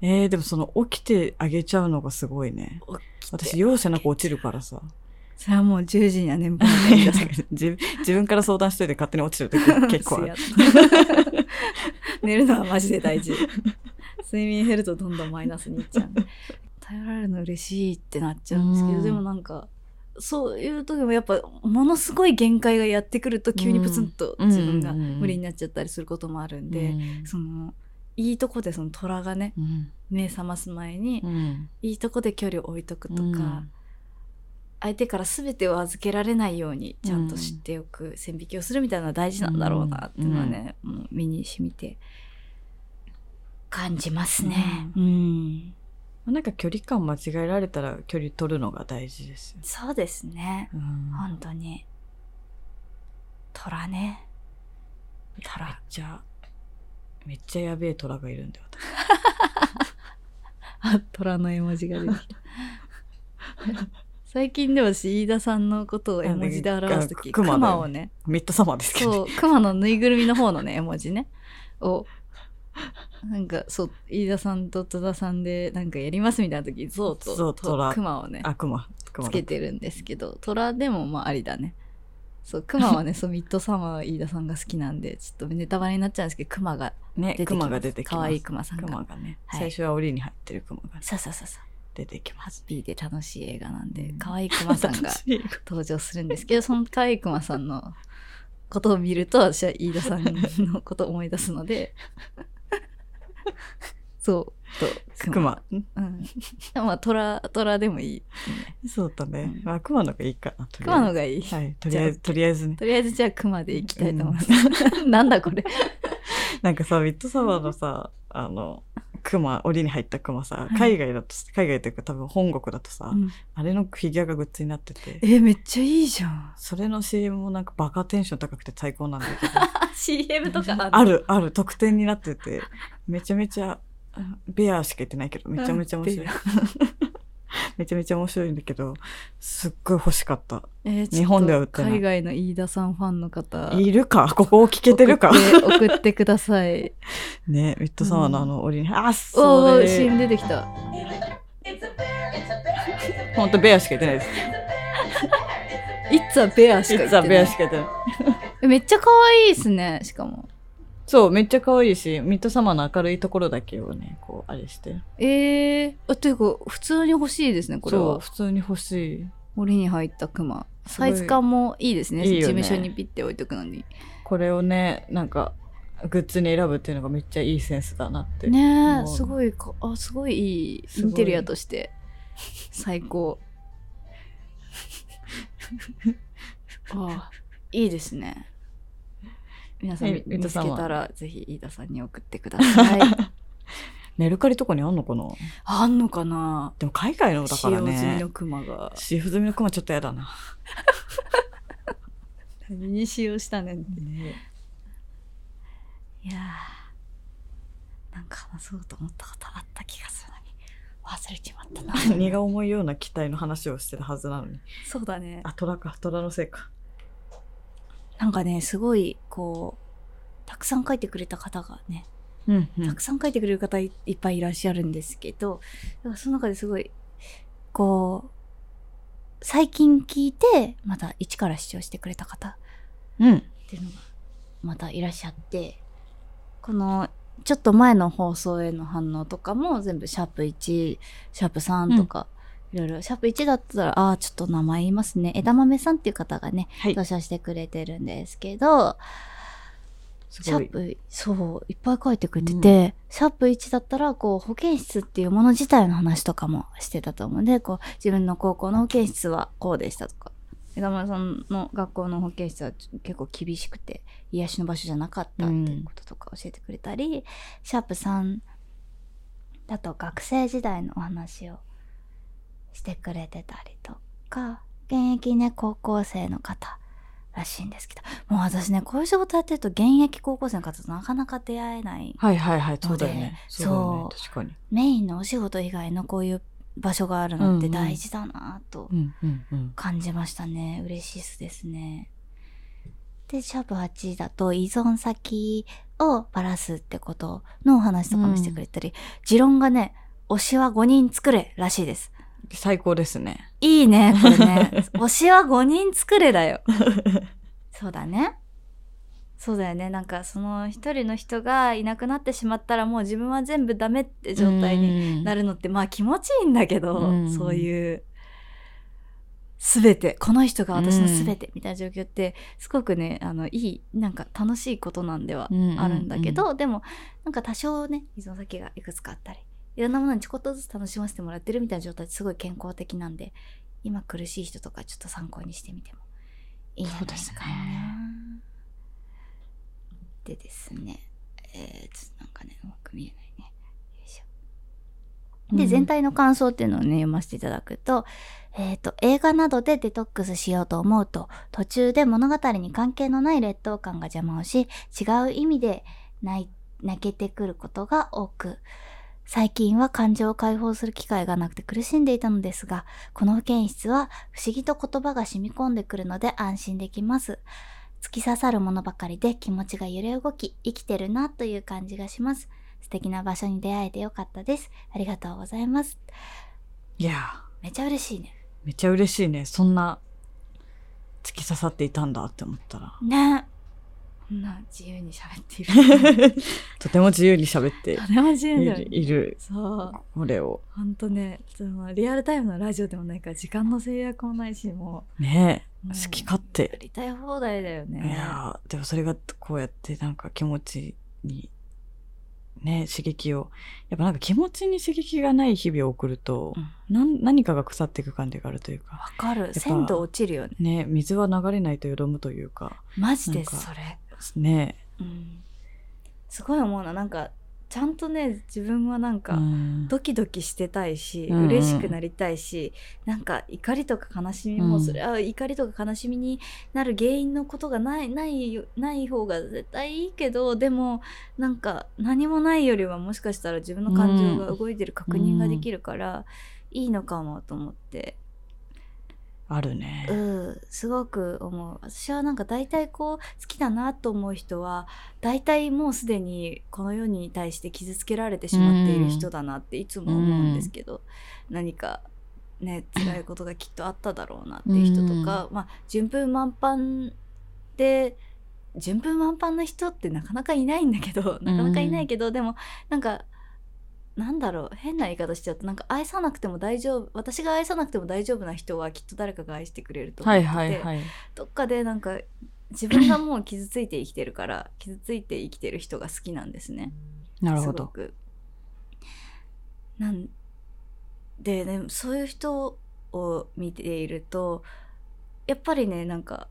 S2: えー、でもその起きてあげちゃうのがすごいね。私容赦なく落ちるか らさ。
S1: それはもう10時には眠れないんだ
S2: 自自分から相談しといて勝手に落ち る時結構ある。
S1: 寝るのはマジで 大事睡眠減るとどんどんマイナスにいっちゃうんで頼られるの嬉しいってなっちゃうんですけど、
S2: うん
S1: でもなんかそういう時もやっぱものすごい限界がやってくると急にプツンと自分が無理になっちゃったりすることもあるんで、
S2: うん
S1: そのいいとこでその虎がね
S2: うん
S1: 目覚ます前に、
S2: うん
S1: いいとこで距離を置いとくとか、
S2: うん
S1: 相手から全てを預けられないようにちゃんと知っておく、線引きをするみたいなのは大事なんだろうなっていうのはね、もう身にしみて感じますね。うん
S2: なんか距離感間違えられたら距離取るのが大事ですよ、
S1: そうですね
S2: うんめっ
S1: 本当に虎ね虎
S2: ちゃめっちゃやべえ虎がいるんだよ私
S1: あ 虎の絵文字が出てきた 最近でも私飯田さんのことを絵文字で表すとき
S2: あの熊だよね
S1: 熊をね
S2: ミッドサマーですけどね、
S1: そう、熊のぬいぐるみの方のね、絵文字ね。を、なんか、そう、飯田さんと戸田さんで、なんかやりますみたいな時、ゾウと
S2: ゾウ虎
S1: と熊をね、
S2: 悪魔悪魔
S1: つけてるんですけど、虎でもまあありだね。そう、熊はね、そう、ミッドサマーは飯田さんが好きなんで、ちょっとネタバレになっちゃうんですけど、熊が
S2: ね
S1: 出てきます。
S2: 熊が出てきます
S1: 可愛い熊さんが。
S2: 熊がね、
S1: はい
S2: 最初は檻に入ってる熊がね
S1: そうそうそうそう。
S2: 出てき
S1: ハ
S2: ま
S1: ッ
S2: す
S1: ピーで楽しい映画なんで
S2: う、ん
S1: 可愛い熊さんが
S2: い
S1: 登場するんですけど、その可愛い熊さんのことを見ると、私は飯田さんのことを思い出すの で、そう、と、熊。
S2: 熊うん
S1: うん。まあ、虎、虎でもいい。
S2: そうだね、
S1: うん
S2: まあ、熊のがいいかなとりあえ
S1: 熊
S2: ず
S1: のがいい。
S2: はいとりあえずとりあえずね
S1: とりあえずじゃあ熊でいきたいと思います。 なんだこれ。
S2: なんかさ、ミッドサマーのさ、あの、熊、檻に入った熊さ、
S1: はい
S2: 海外だと、海外というか多分本国だとさ、
S1: うん
S2: あれのフィギュアがグッズになってて、
S1: え、めっちゃいいじゃん。
S2: それの CM もなんかバカテンション高くて最高なんだけど、
S1: あ、CM とか
S2: あ
S1: る。
S2: る、ある、特典になっ てて、めちゃめちゃ、あベアしか言ってないけど、めちゃめちゃ面白い
S1: ベア。
S2: めちゃめちゃ面白いんだけど、すっごい欲しかった。
S1: えー
S2: 日本では売ってない
S1: ちょと海外の飯田さんファンの方。
S2: いるかここを聞けてるか
S1: 送って送ってください。
S2: ね、ミッドサマーのあの檻に、あ、
S1: お
S2: そ
S1: ー、
S2: れ。
S1: CM 出てきた。
S2: ほんとベアしか言ってないです。
S1: いつはベアしか言
S2: い
S1: っ
S2: つは
S1: て
S2: ベ
S1: な
S2: ア
S1: い
S2: し。か言ってない。
S1: めっちゃ可愛いですね、しかも。
S2: そう、めっちゃ可愛いし、ミッドサマーの明るいところだけをね、こう、あれして。
S1: ええあ、というか、普通に欲しいですね、これ
S2: そう、
S1: は。
S2: 普通に欲しい。
S1: 檻に入ったクマ。
S2: すご
S1: サ
S2: い
S1: イズ感もいいですね。
S2: いいよね
S1: 事務所にピッて置いとくのに。
S2: これをね、なんか、グッズに選ぶっていうのがめっちゃいいセンスだなって。
S1: ねえ、
S2: もう
S1: すごいか、あ、すごいいい。
S2: す
S1: イ
S2: ごい
S1: ンテリアとして。最 高。ああ、いいですね。皆さん
S2: え
S1: 見
S2: 水
S1: つ
S2: 戸
S1: け
S2: さんは
S1: たら、ぜひ飯田さんに送ってください。
S2: メルカリとかにあんのかな
S1: あんのかな
S2: でも海外のだ
S1: 使
S2: から
S1: 用済み
S2: ね
S1: の。クマが。
S2: シーフ済みのクマちょっとやだな。
S1: 何に使用したねんって。
S2: ね、
S1: いやーなんか話そうと思ったことあった気がするのに忘れちまったな
S2: 荷が重いような機体の話をしてるはずなのに。
S1: そうだね
S2: あ、虎か、虎のせいか。
S1: なんかねすごいこうたくさん書いてくれた方がね
S2: うん、
S1: たくさん書いてくれる方いいっぱいいらっしゃるんですけど、だからその中ですごいこう最近聞いてまた一から視聴してくれた方
S2: うん。
S1: っていうのがまたいらっしゃってこのちょっと前の放送への反応とかも全部シャープ1シャープ3とか、いろいろシャープ1だったらああちょっと名前言いますね枝豆さんっていう方がね
S2: はい
S1: 投。射してくれてるんですけど
S2: す
S1: シ
S2: ご
S1: ャー
S2: い。
S1: プそういっぱい書いてくれてて、シャープ1だったらこう保健室っていうもの自体の話とかもしてたと思うんでこう自分の高校の保健室はこうでしたとか枝村さんの学校の保健室は結構厳しくて癒しの場所じゃなかったっていうこととか教えてくれたり、シャープ3だと学生時代のお話をしてくれてたりとか現役ね高校生の方らしいんですけどもう私ねこういう仕事やってると現役高校生の方となかなか出会えない
S2: はいはいはい、そうだよね。
S1: そう
S2: だよね確かに。
S1: メインのお仕事以外のこういう場所があるのって大事だなぁと
S2: うん、うん、うん。
S1: 感じましたね。嬉しいっすですね。で、シャープ8だと依存先をバラすってことのお話とかもしてくれたり、持論がね、推しは5人作れらしいです。
S2: 最高ですね。
S1: いいね、これね。 推しは5人作れだよ。そうだね。そうだよね。なんかその一人の人がいなくなってしまったらもう自分は全部ダメって状態に
S2: に
S1: なるのってまあ気持ちいいんだけど、
S2: うん
S1: そういう全てこの人が私の全てみたいな状況ってすごくねあのいいなんか楽しいことなんではあるんだけど、でもなんか多少ね水の先がいくつかあったりいろんなものにちょこっとずつ楽しませてもらってるみたいな状態ってすごい健康的なんで今苦しい人とかちょっと参考にしてみてもいいんじゃないかな。
S4: そうですね
S1: でですね、えー、ちょっとなんかねうまく見えないね。よいしょで、全体の感想っていうのをね、読ませていただくと、えっ、と、映画などでデトックスしようと思うと、途中で物語に関係のない劣等感が邪魔をし、違う意味で泣い泣けてくることが多く、最近は感情を解放する機会がなくて苦しんでいたのですが、この保健室は不思議と言葉が染み込んでくるので安心できます。突き刺さるものばかりで気持ちが揺れ動き、生きてるなという感じがします。素敵な場所に出会えてよかったです。ありがとうございます。
S2: いやー
S1: めちゃ嬉しいね。
S2: めっちゃ嬉しいねそんな突き刺さっていたんだって思った ら
S1: ねこんな自由に喋ってい る。
S2: とても自由に喋って
S1: あれは自
S2: い
S1: 由だよ
S2: る
S1: ね。
S2: いる
S1: そう。
S2: これを
S1: ほんとね、そのリアルタイムのラジオでもないから、時間の制約もないし、も
S2: ね
S1: う。
S2: え
S1: もう
S2: 好き勝
S1: や
S2: 手、
S1: りたい放題だよ
S2: い
S1: ね。
S2: やーでもそれがこうやってなんか気持ちにね刺激をやっぱなんか気持ちに刺激がない日々を送ると、なん何かが腐っていく感じがあるというか
S1: わかる。
S2: ぱ
S1: 鮮度落ちるよね。
S2: ね水は流れないとよどむというか
S1: マジ
S2: な
S1: で
S2: んか
S1: それ。
S2: ね
S1: うん。すごい思うな。なんか、ちゃんとね、自分はなんか、
S2: うん
S1: ドキドキしてたいし、
S2: うんうん
S1: 嬉しくなりたいしなんか怒りとか悲しみ
S2: う
S1: も
S2: ん
S1: それは、怒りとか悲しみになる原因のことがないないない方が絶対いいけどでもなんか何もないよりはもしかしたら自分の感情が動いてる確認ができるから、いいのかもと思って
S2: ある
S1: う
S2: ね、
S1: んすごく思う私はなんか大体こう好きだなと思う人は大体もうすでにこの世に対して傷つけられてしまっている人だなっていつも思うんですけど、何かね辛いことがきっとあっただろうなっていう人とか、まあ順風満帆で順風満帆な人ってなかなかいないんだけどなかなかいないけど、でもなんかなんだろう変な言い方しちゃうとなんか愛さなくても大丈夫私が愛さなくても大丈夫な人はきっと誰かが愛してくれると思っ
S2: は
S1: て
S2: い
S1: て、
S2: はいはい
S1: どっかでなんか自分がもう傷ついて生きてるから傷ついて生きてる人が好きなんですね。
S2: なるほ
S1: すご
S2: ど
S1: くなんでねそういう人を見ているとやっぱりねなんか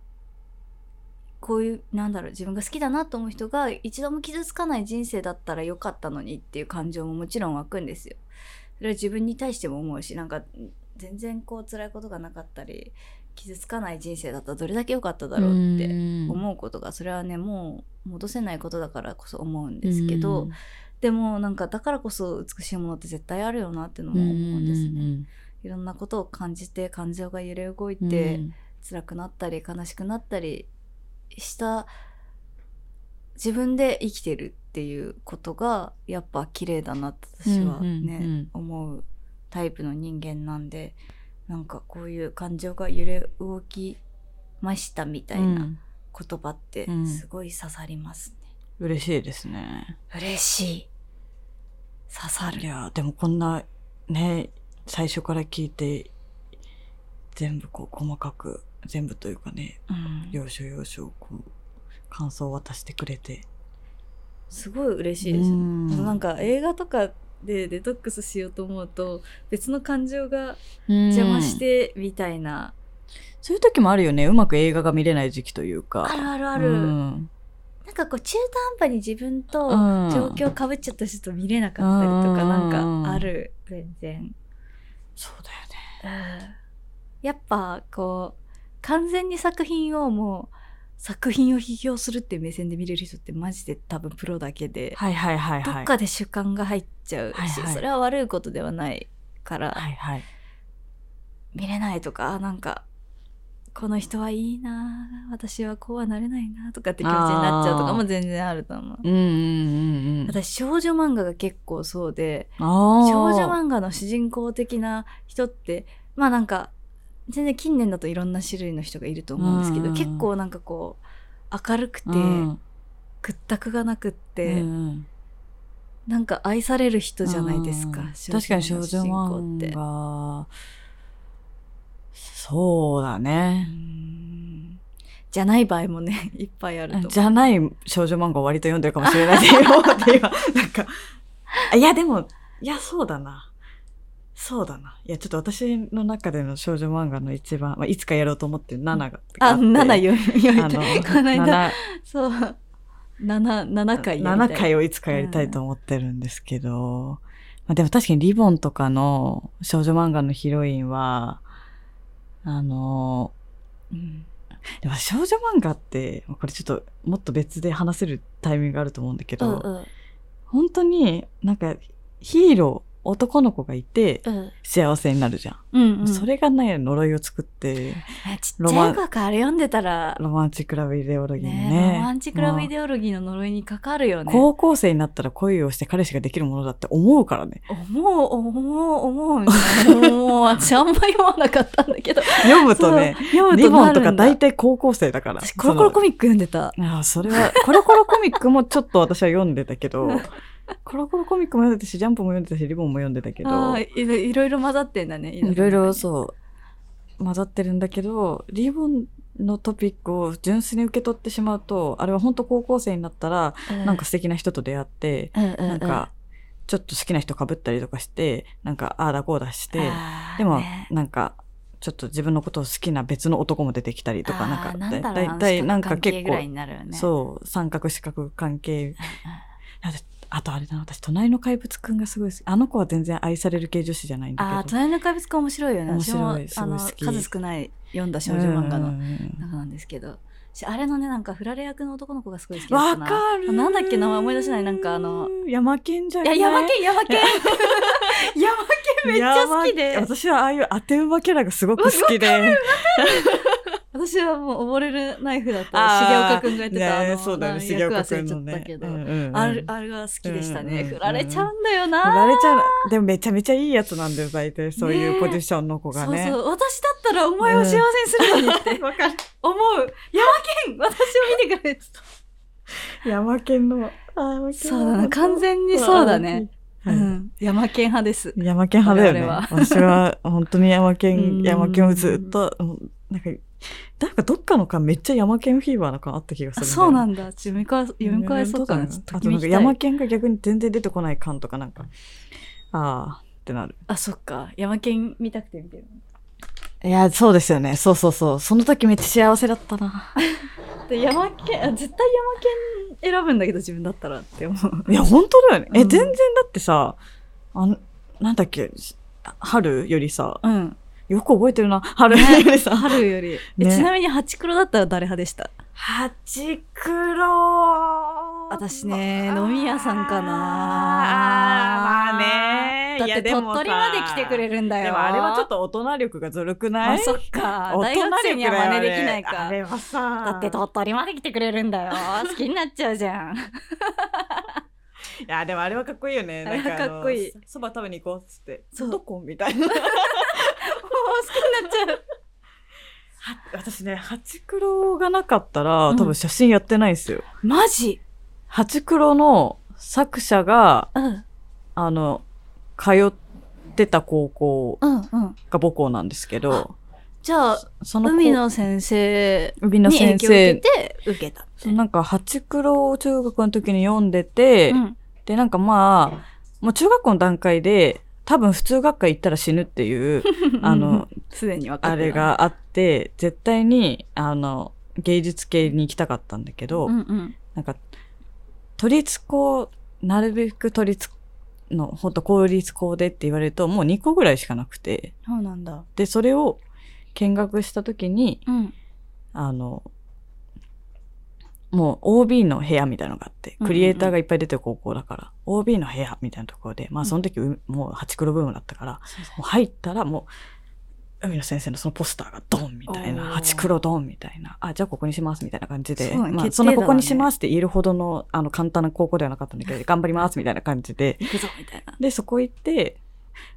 S1: こういうなんだろう自分が好きだなと思う人が一度も傷つかない人生だったら良かったのにっていう感情ももちろん湧くんですよ。それは自分に対しても思うしなんか全然こう辛いことがなかったり傷つかない人生だったらどれだけ良かっただろうって
S2: 思
S1: 思うことがそれはねもう戻せないことだからこそ思うんですけど、でもなんかだからこそ美しいものって絶対あるよなっていうのも思うんですね、いろんなことを感じて感情が揺れ動いて、辛くなったり悲しくなったりした自分で生きてるっていうことがやっぱ綺麗だなって私はね、
S2: うんうんうん
S1: 思うタイプの人間なんでなんかこういう感情が揺れ動きましたみたいな言葉って
S2: うん
S1: すごい刺さりますね、
S2: 嬉しいですね
S1: 嬉しい刺さ
S2: い
S1: る
S2: やーでもこんなね最初から聞いて全部こう細かく全部というかね
S1: うん
S2: 要所要所こう感想を渡してくれて
S1: すごい嬉しいですよね
S2: うん
S1: あのなんか映画とかでデトックスしようと思うと別の感情が邪魔してみたいな、
S2: そういう時もあるよねうまく映画が見れない時期というか
S1: あるあるあ
S2: あ
S1: る、
S2: うん
S1: なんかこう中途半端に自分と
S2: うん
S1: 状況かぶっちゃった人と見れなかったりとか
S2: うん
S1: なんかある全然、
S2: そうだよね
S1: やっぱこう完全に作品をもう作品を批評するっていう目線で見れる人ってマジで多分プロだけで、
S2: はいはいはい
S1: ど
S2: は
S1: っ
S2: い
S1: かで主観が入っちゃうし、
S2: はいはい
S1: それは悪いことではないから、
S2: はいはい
S1: 見れないとかあなんかこの人はいいなあ私はこうはなれないなあとかって気持ちになっちゃうとかも全然あると思う。
S2: うんうんうんうん
S1: 私少女漫画が結構そうで少
S2: 少
S1: 女漫画の主人公的な人ってまあなんか全然近年だといろんな種類の人がいると思うんですけ
S2: うんうん
S1: ど
S2: うん
S1: 結構なんかこう明るくて屈託がなくってなんか愛される人じゃないです
S2: う
S1: か
S2: ん確かに
S1: 漫画
S2: 少女
S1: の主人公
S2: 漫画そうだね
S1: う。んじゃない場合もね いっぱいあると思う
S2: じゃない少女漫画を割と読んでるかもしれないよって今、 なんか、あいやでも、いやそうだな。そうだな。いやちょっと私の中での少女漫画の一番、まあ、いつかやろうと思ってる7が
S1: あ
S2: って
S1: 7よよい
S2: あ の
S1: たこの間
S2: 7
S1: そう7七回やりたい
S2: 7回をいつかやりたいと思ってるんですけど、まあ、でも確かにリボンとかの少女漫画のヒロインは、あの、
S1: うん
S2: でも少女漫画って、これちょっともっと別で話せるタイミングがあると思うんだけ
S4: う
S2: ど、
S4: んうん
S2: 本当になんかヒーロー、男の子がいて
S4: うん
S2: 幸せになるじゃん。
S1: うんうん
S2: それがない呪いを作って、
S1: あちっ
S2: ロ
S1: ち
S2: マ
S1: ゃ
S2: ン
S1: い子かあれ読んでたら
S2: ロマンチックラブイデオロギーのね。
S1: ねロマンチックラブイ
S2: ま
S1: デオロギーの呪いにかかるよ
S2: あ
S1: ね、
S2: 高校生になったら恋をして彼氏ができるものだって思うからね。
S1: 思う思う思うみたいなもう私あんま読まなかったんだ けど
S2: 読むとね、
S1: そう読むとなるんだ
S2: リボンとか大体高校生だから。
S1: 私コロコロコミック読んでた
S2: そのああ、それは、コロコロコミックもちょっと私は読んでた けど、コロコロコミックも読んでたし、ジャンプも読んでたし、リボンも読んでたけど、
S1: あーいろいろいろ混ざってんだね
S2: いろいろそう、混ざってるんだけど、リボンのトピックを純粋に受け取ってしまうと、あれは本当高校生になったら、なんか素敵な人と出会って、
S4: うんうん
S2: なんか、ちょっと好きな人被ったりとかして、なんか、ああだこうだして、でも、なんか、ちょっと自分のことを好きな別の男も出てきたりとか、なんか、
S4: だい
S2: だいたいなんか結
S4: ぐらい
S2: 構、
S4: になるよね
S2: そう、三角四角関係。あとあとあれだな、私、隣の怪物くんがすごい好き。あの子は全然愛される系女子じゃないん
S1: あ
S2: だ
S1: あ
S2: けど。
S1: 隣の怪物くん面白いよね
S2: 面白い
S1: 私もあの
S2: すごい好き
S1: 数少ない読んだ少女漫画
S2: うん
S1: の
S2: うんうん
S1: 中なんですけど私あれのねなんかフラレ役の男の子がすごい好きだ
S2: わ
S1: ったな
S2: かる
S1: なんだっけ名前思い出せないなんかあの、
S2: 山県じゃ
S1: いやヤマケンヤマケンヤマケンめっちゃ好きで
S2: 山私はああいう当て馬キャラがすごく好きで。
S1: 私はもう溺れるナイフだった
S2: あー
S1: 重岡くんがやってたあ
S2: ね
S1: の
S2: そうだよね、
S1: な
S2: 重岡くん
S1: 役忘
S2: の
S1: れちゃった
S2: ね
S1: け。ど、
S2: うんうんうん
S1: あれあれが好きでしたね、
S2: うんうんうん
S1: 振られちゃうんだよ
S2: 振
S1: な、
S2: られちゃう。でもめちゃめちゃいいやつなんだよ、大体。そうい
S1: ね
S2: う
S1: え
S2: ポジションの子が
S1: そう
S2: ね。
S1: そう私だったらお前を幸せにするのにって、
S2: わかる。
S1: 思うヤマケン私を見てくれって
S2: 山県の。あ山県
S1: そうだな完全にそうだね、。。
S2: はいう
S1: ん、ヤマケン派です
S2: 山県派だよね。
S1: 我
S2: 私は本当に山
S1: う
S2: 県、
S1: ん
S2: 山県をずっと、うんなんか、なんかどっかの間めっちゃ山県フィーバーな感あった気がす
S1: あ
S2: るんだよね。
S1: そうなんだ読み返読み返そうかな
S2: ね
S1: ちょっ
S2: あ
S1: と
S2: となん
S1: 君
S2: か
S1: 行
S2: 山
S1: きたい
S2: 県が逆に全然出てこない感とかなんか、あーってなる。
S1: あそっかヤマケン見たくて見てる
S2: いや、そうですよね。そうそうそう。その時めっちゃ幸せだったな。
S1: でヤマケンあ絶対ヤマケン選ぶんだけど自分だったらって思う
S2: いや、本当だよね。え、
S1: うん
S2: 全然だってさ、あの、なんだっけ、し春よりさ、
S1: うん
S2: よく覚えてるな。春よりさ。
S1: 春より、え
S2: ね
S1: ちなみにハチクロだったら誰派でした
S2: ハチクロ
S1: 私ね飲み屋さんかな
S2: あーまあね
S1: だって
S2: いや
S1: い
S2: で
S1: 鳥
S2: もさ
S1: 取まで来てくれるんだよ
S2: でもあれはちょっと大人力がずるくない、
S1: あそっか
S2: 大
S1: 大
S2: 人
S1: 学生には
S2: 力だよ
S1: 真
S2: あ
S1: 似
S2: れ
S1: できないか
S2: あれはさ
S4: だって鳥取まで来てくれるんだ よ好きになっちゃうじゃん
S2: いやでもあれはかっこいいよねなんか
S1: あれはかっこいい
S2: あのそば食べに行こうっつって
S1: そう
S2: どこみたいな
S1: もう好きになっちゃう
S2: 私ねハチクロがなかったら
S1: うん
S2: 多分写真やってないんですよ、
S1: マジ
S2: ハチクロの作者が
S4: うん
S2: あの通ってた高校
S4: うんうん
S2: が母校なんですけど
S1: じゃあ
S2: その子
S1: 海野先生
S2: 海野
S1: に影
S2: 先
S1: 響を受け
S2: 生
S1: て受けた
S2: そうなんか、ハチクロを中学の時に読んでて、
S4: うん
S2: で、なんかまあ、もう中学校の段階で、多分普通学科行ったら死ぬっていう、あの、
S1: すでに分かっ
S2: あ
S1: てる
S2: れがあって、絶対に、あの、芸術系に行きたかったんだけど、
S4: うんうん
S2: なんか、都立校、なるべく都立の、ほんと公立校でって言われると、もう2個ぐらいしかなくて、
S1: そうなんだ
S2: で、それを見学した時に、
S4: うん
S2: あの、もう OB の部屋みたいなのがあって、
S4: うんうんうん
S2: クリエイターがいっぱい出てる高校だから、OB の部屋みたいなところで、まあその時、うもうハチクロブームだったから、もう入ったらもう、海野先生のそのポスターがドンみたいな、
S1: おー
S2: ハチクロドンみたいな、あ、じゃあここにしますみたいな感じで、
S1: そうなん
S2: まあ
S1: 決定
S2: そんなこ
S1: 打
S2: こ
S1: だ
S2: に
S1: ね
S2: しますって言えるほどの、あの簡単な高校ではなかったんだ けど、頑張りますみたいな感じで、
S1: 行くぞみたいな
S2: で、そこ行って、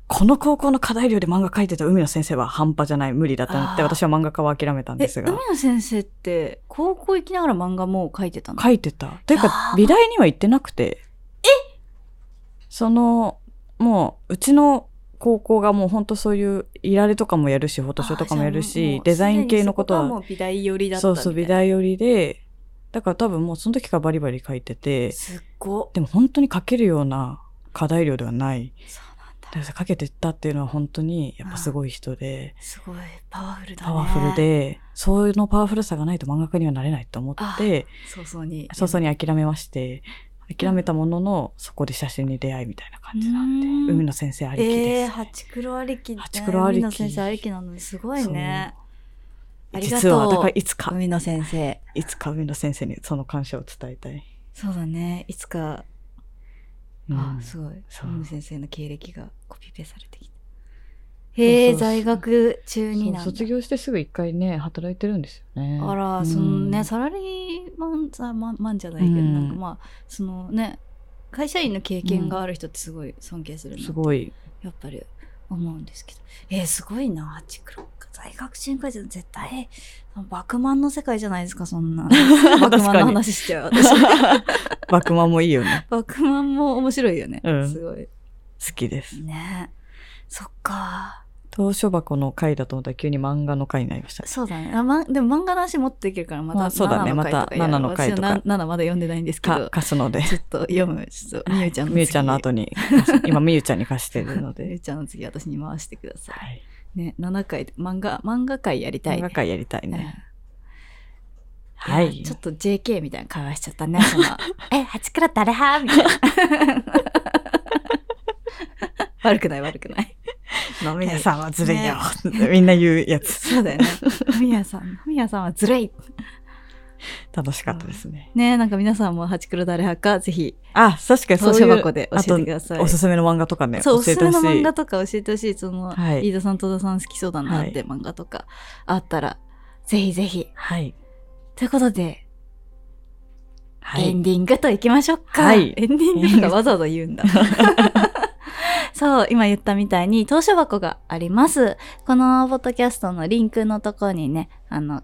S2: この高校の課題量で漫画書いてた海野先生は半端じゃない、無理だと思って、
S1: あー
S2: 私は漫画家は諦めたん
S1: え
S2: です
S1: 海
S2: が。
S1: 野先生って高校行きながら漫画もう書いてたの
S2: 書いてた。という
S4: や
S2: か、
S4: ば
S2: 美大には行ってなくて。えその、もう、うちの高校がもう本当そういういられとかもやるしフォトショーとかもやるしデザイン系のことは
S1: もう美大寄りだった
S2: そ
S1: み
S2: う
S1: たいな
S2: そう美大寄りでだから多分もうその時からバリバリ書いてて
S1: すっご
S2: でも本当に書けるような課題量ではない
S1: そうなんだ
S2: だからさ書けてったっていうのは本当にやっぱすごい人です
S1: ごいパワフルだね
S2: パワフルで、そういうのパワフルさがないと漫画家にはなれないと思って
S1: 早々に
S2: 早々に諦めまして諦めたもののそこで写真に出会いみたいな感じなんで
S4: うん
S2: 海の先生ありきです、
S1: えー、八黒ありきって
S2: 八黒ありき
S1: 海野先生ありきなのにすごいね
S2: そう
S1: ありがとう
S2: 実はだからいつか
S1: 海野先生
S2: いつか海野先生にその感謝を伝えたい、
S1: そうだねいつか、
S2: うん
S1: あすごい
S2: そう
S1: 海野先生の経歴がコピペされてきた
S2: そう
S1: へえ
S2: そう
S1: 在学中に
S2: そ
S1: な
S2: うん
S1: だ
S2: 卒業してすぐ一回ね働いてるんですよね
S1: あら、
S2: うん
S1: そのねサラリーマンさマンマンじゃないけど、
S2: うん
S1: なんかまあそのね会社員の経験がある人ってすごい尊敬するな、
S2: すごい
S1: やっぱり思うんですけどえー、すごいな八黒か在学中くらいじゃ絶対そのバクマンの世界じゃないですかそ んなバクマンの話しちゃう私
S2: バクマもいいよね
S1: バクマンも面白いよね、
S2: うん
S1: すごい
S2: 好きです
S1: ねそっか
S2: 投書箱の回だと思ったら急に漫画の回になりました
S1: そうだねあ、ま、でも漫画の話もっとできるからまた
S2: あそうだね
S1: 7
S2: また七の回とか
S1: 7まだ読んでないん ですけど
S2: か貸すので
S1: ちょっと読む、ちょっと、みゆちゃんの次。
S2: みゆちゃんの後に今みゆちゃんに貸してるの
S1: みゆ
S2: で、
S1: ちゃんの次、私に回してください。
S2: はい、
S1: ね、7回、漫画、漫画会やりたい、ね。
S2: 漫画会やりたいね、
S1: うん
S2: はいい
S1: やちょっと JK みたいな会話しちゃったね、 その。え、八倉誰派みたいな。悪くない、悪くない。
S2: 飲み屋さんはずるいよ、みんな言うやつ
S1: そうだよね。飲み屋さん、飲み屋さんはずるい。
S2: 楽しかったですね
S1: ね、なんか皆さんも八倉誰派か、ぜひ、
S2: あ確かにそう
S1: 投
S2: い
S1: 書
S2: う
S1: 箱で教えてくださ
S2: あ
S1: い。
S2: とおすすめの漫画とかね
S1: そう、お
S2: 教
S1: す
S2: え
S1: す
S2: て
S1: め
S2: ほしい
S1: の漫画とか教えてほしい。その、
S2: はい
S1: 飯田さん、戸田さん好きそうだなって漫画とかあったら、ぜひぜひ。
S2: はい
S1: ということで、
S2: は
S1: エ
S2: い
S1: ンディングといきましょうか。
S2: はい
S1: エンディングとかわざわざ言うん だ。そう、今言ったみたいに、投書箱があります。このポッドキャストのリンクのところにね、あの、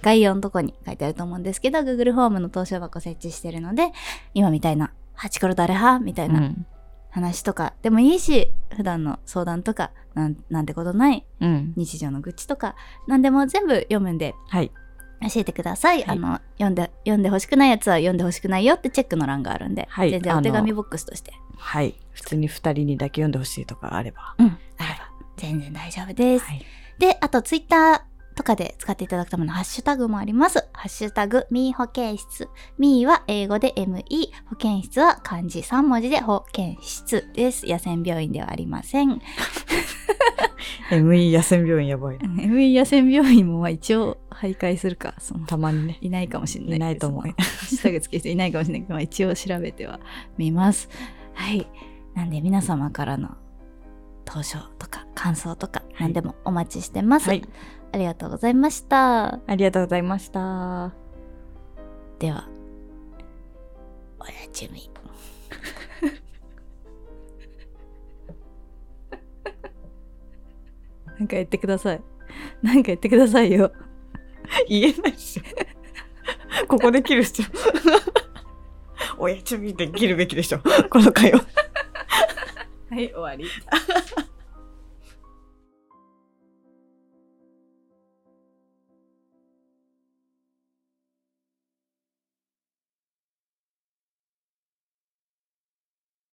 S1: 概要のところに書いてあると思うんですけど、Google フォームの投書箱設置してるので、今みたいな、ハチコロ誰派みたいうなん話とかでもいいし、普段の相談とか、なんなんてことない
S2: うん
S4: 日
S1: 日常の愚痴とか、なんでも全部読むんで、
S2: はい
S1: 教えてください。
S2: は
S1: あ
S2: い
S1: の読んで読んで欲しくないやつは読んで欲しくないよってチェックの欄があるんで、
S2: はい
S1: 全然お手
S2: あ
S1: 紙
S2: の
S1: ボックスとして、
S2: はい普通に二人にだけ読んでほしいとかあれば
S1: うん、あれば全然大丈夫です。
S2: はい
S4: で、あとツイッターとかで使っていただくためのハッシュタグもあります。ハッシュタグ、ミー保健室。ミーは英語で ME、保健室は漢字3文字で保健室です。野戦病院ではありません。
S2: ME 野戦病院やばいな
S1: ME 野戦病院もまあ一応徘徊するか、その
S2: たまにね
S1: いないかもしれない
S2: いないと思う
S1: ハッシュタグつける人いないかもしれないけど、まあ、一応調べてはみます。はい。なんで皆様からの投書とか感想とか何でもお待ちしてます。
S2: はい
S4: ありがとうございました。
S2: ありがとうございました
S4: では、おやすみ。
S1: なんか言ってください。なんか言ってくださいよ。
S2: 言えないっしょ。ここで切るっ しょ。おやちみで切るべきでしょ。この会話。
S1: はい、終わり。